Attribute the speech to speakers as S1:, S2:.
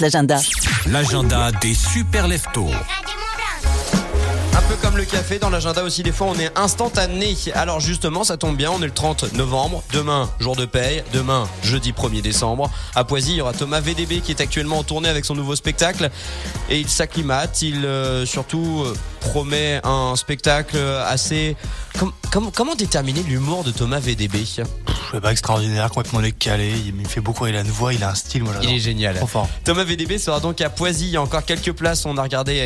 S1: l'agenda.
S2: L'agenda des super leftos.
S3: Un peu comme le café, dans l'agenda aussi, des fois on est instantané. Alors justement, ça tombe bien, on est le 30 novembre, demain jour de paye, demain jeudi 1er décembre. À Poisy, il y aura Thomas VDB qui est actuellement en tournée avec son nouveau spectacle et il s'acclimate, il euh, surtout euh, promet un spectacle assez... Com- com- comment déterminer l'humour de Thomas VDB
S4: Je sais pas, extraordinaire, complètement décalé. Il me fait beaucoup, il a une voix, il a un style, moi j'adore.
S3: génial.
S4: Trop fort.
S3: Thomas VDB sera donc à Poisy, il y a encore quelques places, on a regardé